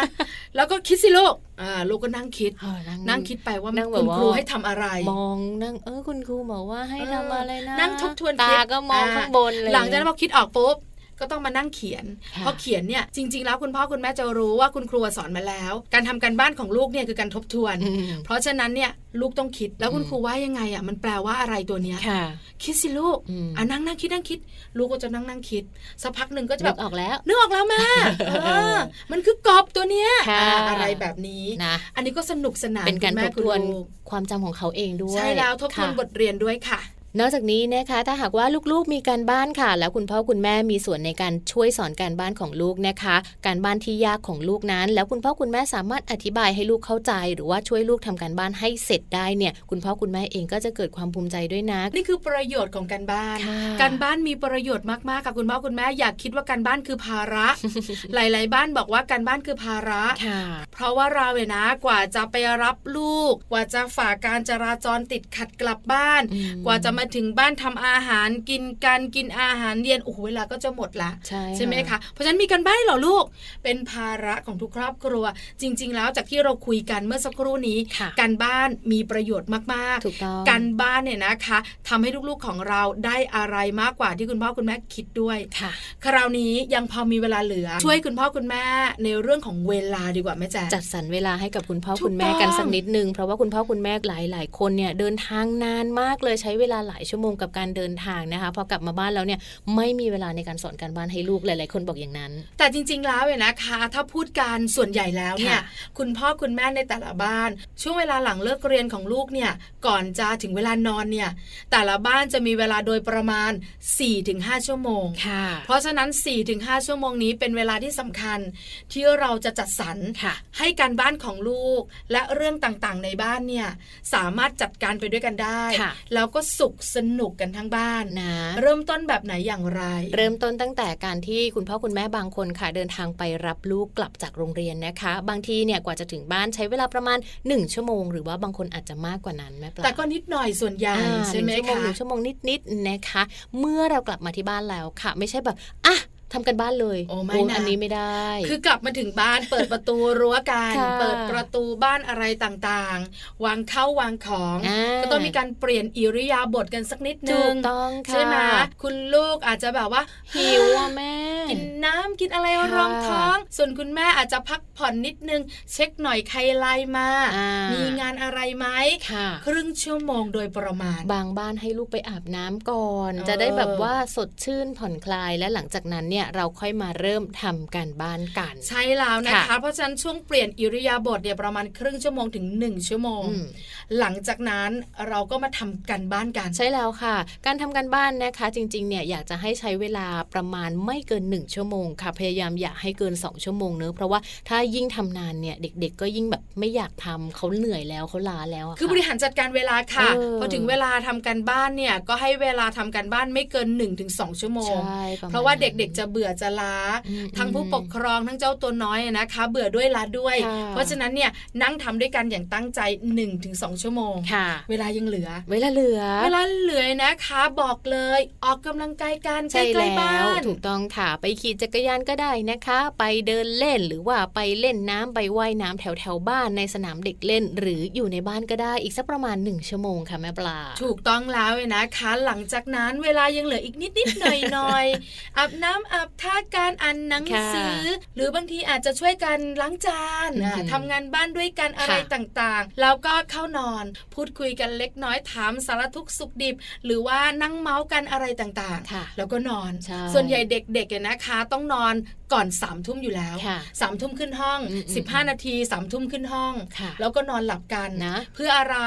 Speaker 3: แล้วก็คิดสิลูกอ่าลูกก็นั่งคิด
Speaker 2: เออ
Speaker 3: นั่งคิดไปว่า
Speaker 2: นั่งแบบ
Speaker 3: คุณครู
Speaker 2: ว่า
Speaker 3: ให้ทำอะไร
Speaker 2: มองนั่งเออคุณครูบอกว่าให้
Speaker 3: เออ
Speaker 2: ทำอะไรนะ
Speaker 3: นั่งทบทวน
Speaker 2: ตา
Speaker 3: คิด
Speaker 2: ก็มอง
Speaker 3: อ่า
Speaker 2: ข้างบนเลย
Speaker 3: หลังจากนั้นพอคิดออกปุ๊บก็ต้องมานั่งเขียน
Speaker 2: ค่ะ
Speaker 3: พอเขียนเนี่ยจริง ๆ แล้วคุณพ่อคุณแม่จะรู้ว่าคุณครูสอนมาแล้ว การทำการบ้านของลูกเนี่ยคือการทบทวน
Speaker 2: อืม
Speaker 3: เพราะฉะนั้นเนี่ยลูกต้องคิดแล้วคุณ
Speaker 2: อืม
Speaker 3: ครูว่ายังไงอ่ะมันแปลว่าอะไรตัวเนี้ย
Speaker 2: ค่ะ
Speaker 3: คิดสิลูก
Speaker 2: อืม
Speaker 3: อ่ะนั่งนั่งคิดนั่งคิด ลูกก็จะนั่งนั่งคิดสักพักหนึ่งก็จะ
Speaker 2: แบ
Speaker 3: แบบ บ
Speaker 2: ออกแล้ว
Speaker 3: นึกออกแล้วแม่เออมันคือกรอบตัวเนี้ย
Speaker 2: ค่ะ
Speaker 3: อ่ะอะไรแบบนี้
Speaker 2: นะ
Speaker 3: อันนี้ก็สนุกสนาน
Speaker 2: เป็นการท
Speaker 3: คุณแม่
Speaker 2: บทวน
Speaker 3: คุณลูก
Speaker 2: ความจำของเขาเองด้วย
Speaker 3: ใช่แล้วทบทวน
Speaker 2: ค่ะ
Speaker 3: บทเรียนด้วยค่ะ
Speaker 2: นอกจากนี้นะคะถ้าหากว่าลูกๆมีการบ้านค่ะ แล้วคุณพ่อคุณแม่มีส่วนในการช่วยสอนการบ้านของลูกนะคะ การบ้านที่ยากของลูกนั้น แล้วคุณพ่อคุณแม่สามารถอธิบายให้ลูกเข้าใจ หรือว่าช่วยลูกทำการบ้านให้เสร็จได้เนี่ยคุณพ่อคุณแม่เองก็จะเกิดความภูมิใจด้วยนะ
Speaker 3: นี่คือประโยชน์ของการบ้าน
Speaker 2: ค่ะ
Speaker 3: การบ้านมีประโยชน์มากๆค่ะคุณพ่อคุณแม่อยากคิดว่าการบ้านคือภาระ หลาย ๆ บ้านบอกว่าการบ้านคือภาระ
Speaker 2: ค่ะ
Speaker 3: เพราะว่าเราเนี่ยนะกว่าจะไปรับลูก กว่าจะฝ่าการจราจรติดขัดกลับบ้าน
Speaker 2: อืม
Speaker 3: กว่าจะมาถึงบ้านทำอาหารกินกันกินอาหารเย็นโอ้โหเวลาก็จะหมดละ
Speaker 2: ใช่
Speaker 3: ใช่ไหมคะเพราะฉะนั้นมีการบ้านเหรอลูก เป็นภาระของทุกครอบครัว จริง ๆ แล้วจากที่เราคุยกันเมื่อสักครู่นี้
Speaker 2: ค่ะ
Speaker 3: การบ้านมีประโยชน์มากๆ
Speaker 2: ถูกต้อง
Speaker 3: การบ้านเนี่ยนะคะทำให้ลูกๆของเราได้อะไรมากกว่าที่คุณพ่อคุณแม่คิดด้วย
Speaker 2: ค่ะ
Speaker 3: คราวนี้ยังพอมีเวลาเหลือ ช่วยคุณพ่อคุณแม่ในเรื่องของเวลาดีกว่าแม่แจ๊
Speaker 2: จัดสรรเวลาให้กับคุณพ่อ
Speaker 3: ถูก
Speaker 2: คุณแม่กัน
Speaker 3: ต้อง
Speaker 2: สักนิดนึงเพราะว่าคุณพ่อคุณแม่หลายหลายๆคนเนี่ยเดินทางนานมากเลยใช้เวลาหลายชั่วโมงกับการเดินทางนะคะพอกลับมาบ้านแล้วเนี่ยไม่มีเวลาในการสอนการบ้านให้ลูกหลาย ๆ คนบอกอย่างนั้น
Speaker 3: แต่จริงๆแล้วเนี่ยนะคะ ถ้าพูดการส่วนใหญ่แล้วเนี่ย
Speaker 2: ค่ะ
Speaker 3: คุณพ่อคุณแม่ในแต่ละบ้าน ช่วงเวลาหลังเลิกเรียนของลูกเนี่ย ก่อนจะถึงเวลานอนเนี่ย แต่ละบ้านจะมีเวลาโดยประมาณ 4-5 ชั่วโมง
Speaker 2: ค่ะ
Speaker 3: เพราะฉะนั้น 4-5 ชั่วโมงนี้เป็นเวลาที่สำคัญ ที่เราจะจัดสรร
Speaker 2: ค่ะ
Speaker 3: ให้การบ้านของลูกและเรื่องต่างๆ ในบ้านเนี่ย สามารถจัดการไปด้วยกันได้
Speaker 2: ค่ะ
Speaker 3: แล้วก็สุขสนุกกันทั้งบ้าน
Speaker 2: นะ
Speaker 3: เริ่มต้นแบบไหนอย่างไร
Speaker 2: เริ่มต้นตั้งแต่การที่คุณพ่อคุณแม่บางคนค่ะ เดินทางไปรับลูกกลับจากโรงเรียนนะคะ บางทีเนี่ยกว่าจะถึงบ้านใช้เวลาประมาณ 1 ชั่วโมง หรือว่าบางคนอาจจะมากกว่านั้นแม่ปลา
Speaker 3: แต่ก็นิดหน่อยส่วนใหญ่
Speaker 2: อ่า
Speaker 3: ใช่ไหม
Speaker 2: นึ่งชั่วโมงหนึ่ง
Speaker 3: คะ
Speaker 2: ชั่วโมงนิดๆนะคะ เมื่อเรากลับมาที่บ้านแล้วค่ะ ไม่ใช่แบบอ่ะ ทำกันบ้านเลย
Speaker 3: โอ้ไม่นะ
Speaker 2: อันนี้ไม่ได้
Speaker 3: คือกลับมาถึงบ้าน เปิดประตูรั้วกัน
Speaker 2: ค่ะ
Speaker 3: เปิดประตูบ้านอะไรต่างๆ วางเข้าวางของ
Speaker 2: อ่า
Speaker 3: ก็ต้องมีการเปลี่ยนอิริยาบถกันสักนิดนึ
Speaker 2: ถู
Speaker 3: ง
Speaker 2: กต้องค่ะ
Speaker 3: ใช่ไหมคุณลูกอาจจะแบบว่า
Speaker 2: หิวอ่ะแม่
Speaker 3: กินน้ำกินอะไร
Speaker 2: ค่ะ
Speaker 3: รองท้อง ส่วนคุณแม่อาจจะพักผ่อนนิดนึง เช็คหน่อยใครไลน์มา
Speaker 2: อ่ามี
Speaker 3: มีงานอะไรไหม
Speaker 2: ค่ะ
Speaker 3: ครึ่งชั่วโมงโดยประมาณ
Speaker 2: บางบ้านให้ลูกไปอาบน้ำก่อน
Speaker 3: เออ
Speaker 2: จะได้แบบว่าสดชื่นผ่อนคลายและหลังจากนั้นเนี่ยเราค่อยมาเริ่มทำการบ้านกัน
Speaker 3: ใช่แล้วนะคะ
Speaker 2: ค่ะ
Speaker 3: เพราะฉะนั้นช่วงเปลี่ยนอิริยาบถเนี่ยประมาณครึ่งชั่วโมงถึง 1 ชั่วโมง
Speaker 2: อืม
Speaker 3: หลังจากนั้นเราก็มาทำกันบ้านกัน
Speaker 2: ใช่แล้วค่ะ การทำการบ้านนะคะจริงๆ เนี่ยอยากจะให้ใช้เวลาประมาณไม่เกิน 1 ชั่วโมงค่ะ พยายามอย่าให้เกิน 2 ชั่วโมงเนอะเพราะว่าถ้ายิ่งทำนานเนี่ยเด็กๆ ก็ยิ่งแบบไม่อยากทำเขาเหนื่อยแล้วเขาล้าแล้วอะะ
Speaker 3: คือบริหารจัดการเวลาค่ะ
Speaker 2: เออ
Speaker 3: พอถึงเวลาทำกันบ้านเนี่ยก็ให้เวลาทำกันบ้านไม่เกิน 1-2 ชั่วโมง
Speaker 2: ใช่ปมณนั้น
Speaker 3: เพราะว่าเด็กๆจะเบื่อจะล้า
Speaker 2: อืม
Speaker 3: ทั้งผู้ปกครองทั้งเจ้าตัวน้อยอะนะคะ เบื่อด้วยลาด้วย
Speaker 2: ค่ะ
Speaker 3: เพราะฉะนั้นเนี่ยนั่งทำด้วยกันอย่างตั้งใจ 1-2 ชั่วโมง
Speaker 2: ค่ะ
Speaker 3: เวลายังเหลือ
Speaker 2: เวลาเหลือ
Speaker 3: เวลาเหลือนะคะบอกเลยออกกำลังกายกันใก
Speaker 2: ใช่
Speaker 3: ล้ๆ
Speaker 2: แล้
Speaker 3: บ้า
Speaker 2: วน ถูกต้องค่ะ ไปขี่จักรยานก็ได้นะคะ ไปเดินเล่นหรือว่าไปเล่นน้ำไปว่ายน้ำแถวแถวๆบ้านในสนามเด็กเล่น หรืออยู่ในบ้านก็ได้อีกสักประมาณ 1 ชั่วโมงค่ะแม่ปลา
Speaker 3: ถูกต้องแล้วเลยนะคะ หลังจากนั้นเวลายังเหลืออีกนิดนิดๆหน่อยหน่อยๆ อาบน้ำอาบท่าการอ่านหนังสือ หรือบางทีอาจจะช่วยกันล้างจาน
Speaker 2: อือหือ
Speaker 3: อ่าทำงานบ้านด้วยกัน
Speaker 2: ค่ะ
Speaker 3: อะไรต่างๆ แล้วก็เข้านอน พูดคุยกันเล็กน้อยถามสารทุกข์สุขดิบ หรือว่านั่งเมาส์กันอะไรต่าง
Speaker 2: ค่ะ
Speaker 3: ๆ แล้วก็นอน
Speaker 2: ใช่
Speaker 3: ส่วนใหญ่เด็กๆเนี่ยนะคะ ต้องนอนก่อน3ามทุ่มอยู่แล้ว
Speaker 2: ค่ะ
Speaker 3: สามทุ่มขึ้นห้อง
Speaker 2: อืมๆ
Speaker 3: 15 นาที3ามทุ่มขึ้นห้อง
Speaker 2: ค่ะ
Speaker 3: แล้วก็นอนหลับกัน
Speaker 2: นะ
Speaker 3: เพื่ออะไร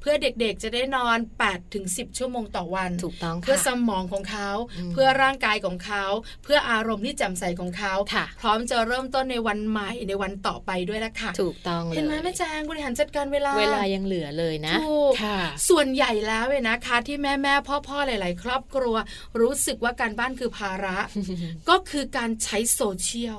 Speaker 3: เพื่อเด็กๆ จะได้นอน 8 ถึง 10 ชั่วโมงต่อวัน
Speaker 2: ถูกต้องค่ะ
Speaker 3: เพื่อสมองของเขา
Speaker 2: อืม
Speaker 3: เพื่อร่างกายของเขา เพื่ออารมณ์ที่แจ่มใสของเขา
Speaker 2: ค่ะ
Speaker 3: พร้อมจะเริ่มต้นในวันใหม่ในวันต่อไปด้วยละค่ะ
Speaker 2: ถูกต้องเลย
Speaker 3: เห็นไหมแม่แจงบริหารจัดการเวลา
Speaker 2: เวลายังเหลือเลยนะ
Speaker 3: ถูก
Speaker 2: ค่ะ
Speaker 3: ส่วนใหญ่แล้วเนี่ยนะคะที่แม่แม่พ่อพ่อๆ หลาย ๆ ครอบครัว รู้สึกว่าการบ้านคือภา ระ ก็คือการใช้โซเชียล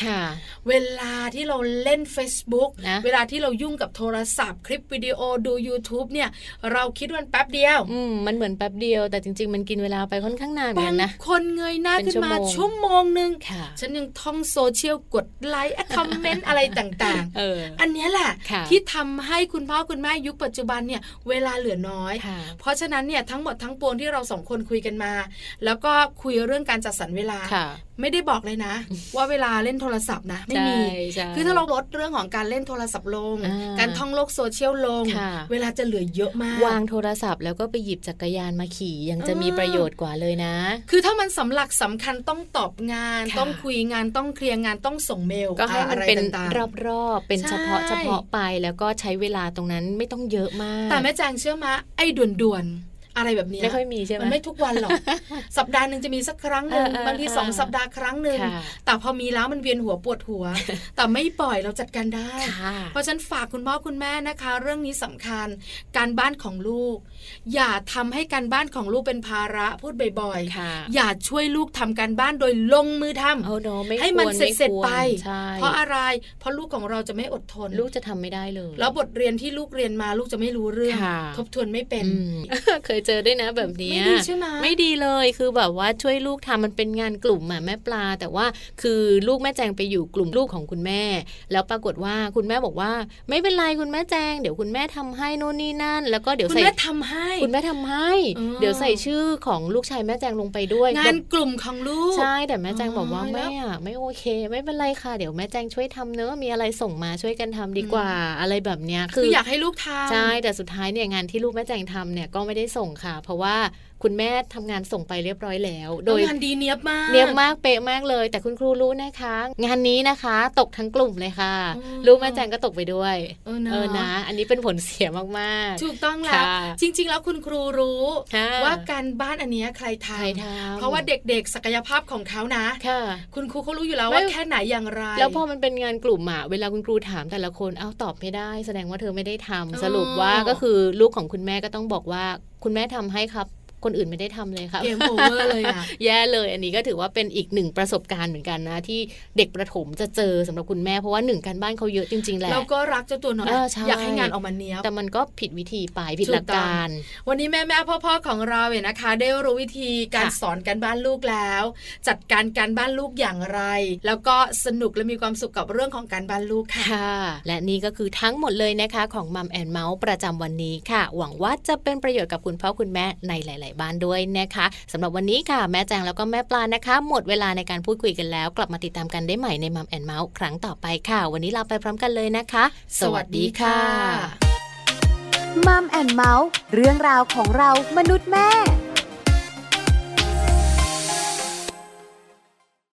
Speaker 2: ค่ะ
Speaker 3: เวลาที่เราเล่น Facebook
Speaker 2: นะ
Speaker 3: เวลาที่เรายุ่งกับโทรศัพท์ คลิปวิดีโอดู YouTube เนี่ย เราคิดว่ามันแป๊บเดียว
Speaker 2: อืมมันเหมือนแป๊บเดียว แต่จริง ๆ มันกินเวลาไปค่อนข้างนานเหมือน
Speaker 3: บา
Speaker 2: กั
Speaker 3: ง
Speaker 2: นนะ
Speaker 3: คนเงยหน้า
Speaker 2: เป็น
Speaker 3: ขึ้นมา
Speaker 2: ชั่
Speaker 3: ชั่ว
Speaker 2: ว
Speaker 3: โม
Speaker 2: โม
Speaker 3: งหนึ่ง
Speaker 2: ค่ะ
Speaker 3: ฉันยังท่องโซเชียลกดไลค์ คอมเมนต์อะไรต่าง
Speaker 2: เออ
Speaker 3: ๆ อันเนี้ยแหละ
Speaker 2: ค่ะ
Speaker 3: ที่ทำให้คุณพ่อคุณแม่ยุคปัจจุบันเนี่ยเวลาเหลือน้อย
Speaker 2: ค่ะ
Speaker 3: เพราะฉะนั้นเนี่ยทั้งหมดทั้งปวงที่เราสองคนคุยกันมา แล้วก็คุยเรื่องการจัดสรรเวลา
Speaker 2: ค่ะ
Speaker 3: ไม่ได้บอกเลยนะ ว่าเวลาเล่นโทรศัพท์นะไม่มี
Speaker 2: ใช่ใช่
Speaker 3: คือถ้าเราลดเรื่องของการเล่นโทรศัพท์ลง
Speaker 2: อ่า
Speaker 3: การท่องโลกโซเชียลลง
Speaker 2: ค่ะ
Speaker 3: เวลาจะเหลือเยอะมาก
Speaker 2: วางโทรศัพท์แล้วก็ไปหยิบจักรยานมาขี่ยังจะมี
Speaker 3: อ่า
Speaker 2: ประโยชน์กว่าเลยนะ
Speaker 3: คือถ้ามันสำหลักสำคัญต้องตอบงาน
Speaker 2: ค่ะ
Speaker 3: ต้องคุยงานต้องเคลียร์งานต้องส่งเมล
Speaker 2: ก็ให้มัน
Speaker 3: อะไร
Speaker 2: เป็น
Speaker 3: ต่างๆ
Speaker 2: รอบๆ เป็น
Speaker 3: ใช่
Speaker 2: เฉพาะเฉพาะไปแล้วก็ใช้เวลาตรงนั้นไม่ต้องเยอะมาก
Speaker 3: แต่แม่แจงเชื่อมะไอ้ด่วนๆ อะไรแบบเนี้ย
Speaker 2: ไม่ค่อยมีใช่ไหม
Speaker 3: มันไม่ทุกวัน หรอก สัปดาห์หนึ่งจะมีสักครั้งหนึ่ง
Speaker 2: เออเออบ
Speaker 3: างที
Speaker 2: เออ
Speaker 3: สองสัปดาห์ครั้งหนึ่ง
Speaker 2: ค่ะ
Speaker 3: แต่พอมีแล้วมันเวียนหัวปวดหั ว แต่ไม่ปล่อยเราจัดการได้
Speaker 2: ค่ะ
Speaker 3: เพราะฉะนันฝากคุณพ่อคุณแม่นะคะ เรื่องนี้สำคัญการบ้านของลูก อย่าทำให้การบ้านของลูกเป็นภาระพูดบ่อย
Speaker 2: ค่ะ
Speaker 3: อย่าช่วยลูกทำการบ้านโดยลงมือทำ
Speaker 2: เอาเนอะไม่
Speaker 3: ให้มัน
Speaker 2: ควร
Speaker 3: เสร็จ
Speaker 2: ไม่
Speaker 3: เสร็จ
Speaker 2: คว
Speaker 3: ไป
Speaker 2: ใช่
Speaker 3: เพราะอะไร เพราะลูกของเราจะไม่อดทน
Speaker 2: ลูกจะทำไม่ได้เลย
Speaker 3: แล้วบทเรียนที่ลูกเรียนมาลูกจะไม่รู้เรื่อง
Speaker 2: ค่ะ
Speaker 3: ทบทวนไม่เป็น
Speaker 2: อืม เคยเจอด้วยนะแบบเนี้ย
Speaker 3: ไม่ดีใช่ไหม
Speaker 2: ไม่ดีเลยคือแบบว่าช่วยลูกทำมันเป็นงานกลุ่มอะแม่ปลา แต่ว่าคือลูกแม่แจงไปอยู่กลุ่มลูกของคุณแม่ แล้วปรากฏว่าคุณแม่บอกว่า ไม่เป็นไรคุณแม่แจงเดี๋ยวคุณแม่ทำให้โน่นนี่นั่น แล้วก็เดี๋ยว
Speaker 3: คุณ
Speaker 2: ใส่
Speaker 3: แม่ทำให้
Speaker 2: คุณแม่ทำให้
Speaker 3: เออ
Speaker 2: เดี๋ยวใส่ชื่อของลูกชายแม่แจงลงไปด้วย
Speaker 3: งานกลุ่มของลูก
Speaker 2: ใช่แต่แม่แจงบอกว่า
Speaker 3: อ๋อแล้
Speaker 2: ไม่
Speaker 3: ว
Speaker 2: อะไม่โอเค ไม่เป็นไรค่ะ เดี๋ยวแม่แจงช่วยทำเนอะมีอะไรส่งมาช่วยกันทำดีกว่า
Speaker 3: อื
Speaker 2: อะไรแบบเนี้ย
Speaker 3: คื
Speaker 2: คือ อ
Speaker 3: อยากให้ลูกทำ
Speaker 2: ใช่แต่สุดท้ายเนี่ยงานที่ลูกแม่แจงทำเนี่ยก็ไม่ได้ส่งค่ะ เพราะว่าคุณแม่ทำงานส่งไปเรียบร้อยแล้ว
Speaker 3: โด
Speaker 2: โด
Speaker 3: ย
Speaker 2: ย
Speaker 3: งานดีเนียบมาก
Speaker 2: เนียบมากเป๊ะมากเลย แต่คุณครูรู้นะคะ งานนี้นะคะ ตกทั้งกลุ่มเลยค่ะ
Speaker 3: อ๋อ
Speaker 2: ลูกแม่แจงก็ตกไปด้วย
Speaker 3: เออเนอะ
Speaker 2: เออนะ อันนี้เป็นผลเสียมาก
Speaker 3: ถูกต้องแล้ว
Speaker 2: ค่ะ
Speaker 3: จริง ๆ แล้วคุณครูรู้
Speaker 2: ค่ะ
Speaker 3: ว่าการบ้านอันเนี้ยใครท
Speaker 2: ใครท
Speaker 3: ำ
Speaker 2: ำ
Speaker 3: เพราะว่าเด็กๆ ศักยภาพของเขานะ
Speaker 2: ๆค่ะ
Speaker 3: คุณครูเขารู้อยู่แล้ว
Speaker 2: ไม่
Speaker 3: ว่าแค่ไหนอย่างไร
Speaker 2: แล้วพอมันเป็นงานกลุ่มอะเวลาคุณครูถามแต่ละคนเอ้าตอบไม่ได้ แสดงว่าเธอไม่ได้ทำ
Speaker 3: อ๋อ
Speaker 2: สรุปว่าก็คือลูกของคุณแม่ก็ต้องบอกว่า คุณแม่ทำให้ครับ คนอื่นไม่ได้ทำเลยค่ะ
Speaker 3: เกมโอเวอร์เลยอ่ะ
Speaker 2: แย่เลยอันนี้ก็ถือว่าเป็นอีกหนึ่งประสบการณ์เหมือนกันนะ ที่เด็กประถมจะเจอสำหรับคุณแม่เพราะว่าหนึ่งการบ้านเขาเยอะจริง ๆ แหละ
Speaker 3: เราก็รักเจ้าตัวน้อย
Speaker 2: เออใช่
Speaker 3: อยากให้งานออกมาเนี้ยบ
Speaker 2: แต่มันก็ผิดวิธีไปผิดหลักการ
Speaker 3: วันนี้แม่แม่พ่อพ่อๆของเราเนี่ยนะคะ ได้รู้วิธีการ
Speaker 2: ค่ะ
Speaker 3: สอนการบ้านลูกแล้ว จัดการการบ้านลูกอย่างไร แล้วก็สนุกและมีความสุขกับเรื่องของการบ้านลูกค่ะ
Speaker 2: ค่ะ และนี่ก็คือทั้งหมดเลยนะคะของมัมแอนเมาส์ประจำวันนี้ค่ะ หวังว่าจะเป็นประโยชน์กับคุณพ่อคุณแม่ในหลาย ๆ บ้านด้วยนะคะสำหรับวันนี้ค่ะ แม่แจงแล้วก็แม่ปลานะคะ หมดเวลาในการพูดคุยกันแล้ว กลับมาติดตามกันได้ใหม่ในมัมแอนเมาส์ครั้งต่อไปค่ะ วันนี้ลาไปพร้อมกันเลยนะคะ สวัสดีค่ะ
Speaker 1: มัมแอนเมาส์เรื่องราวของเรามนุษย์แม่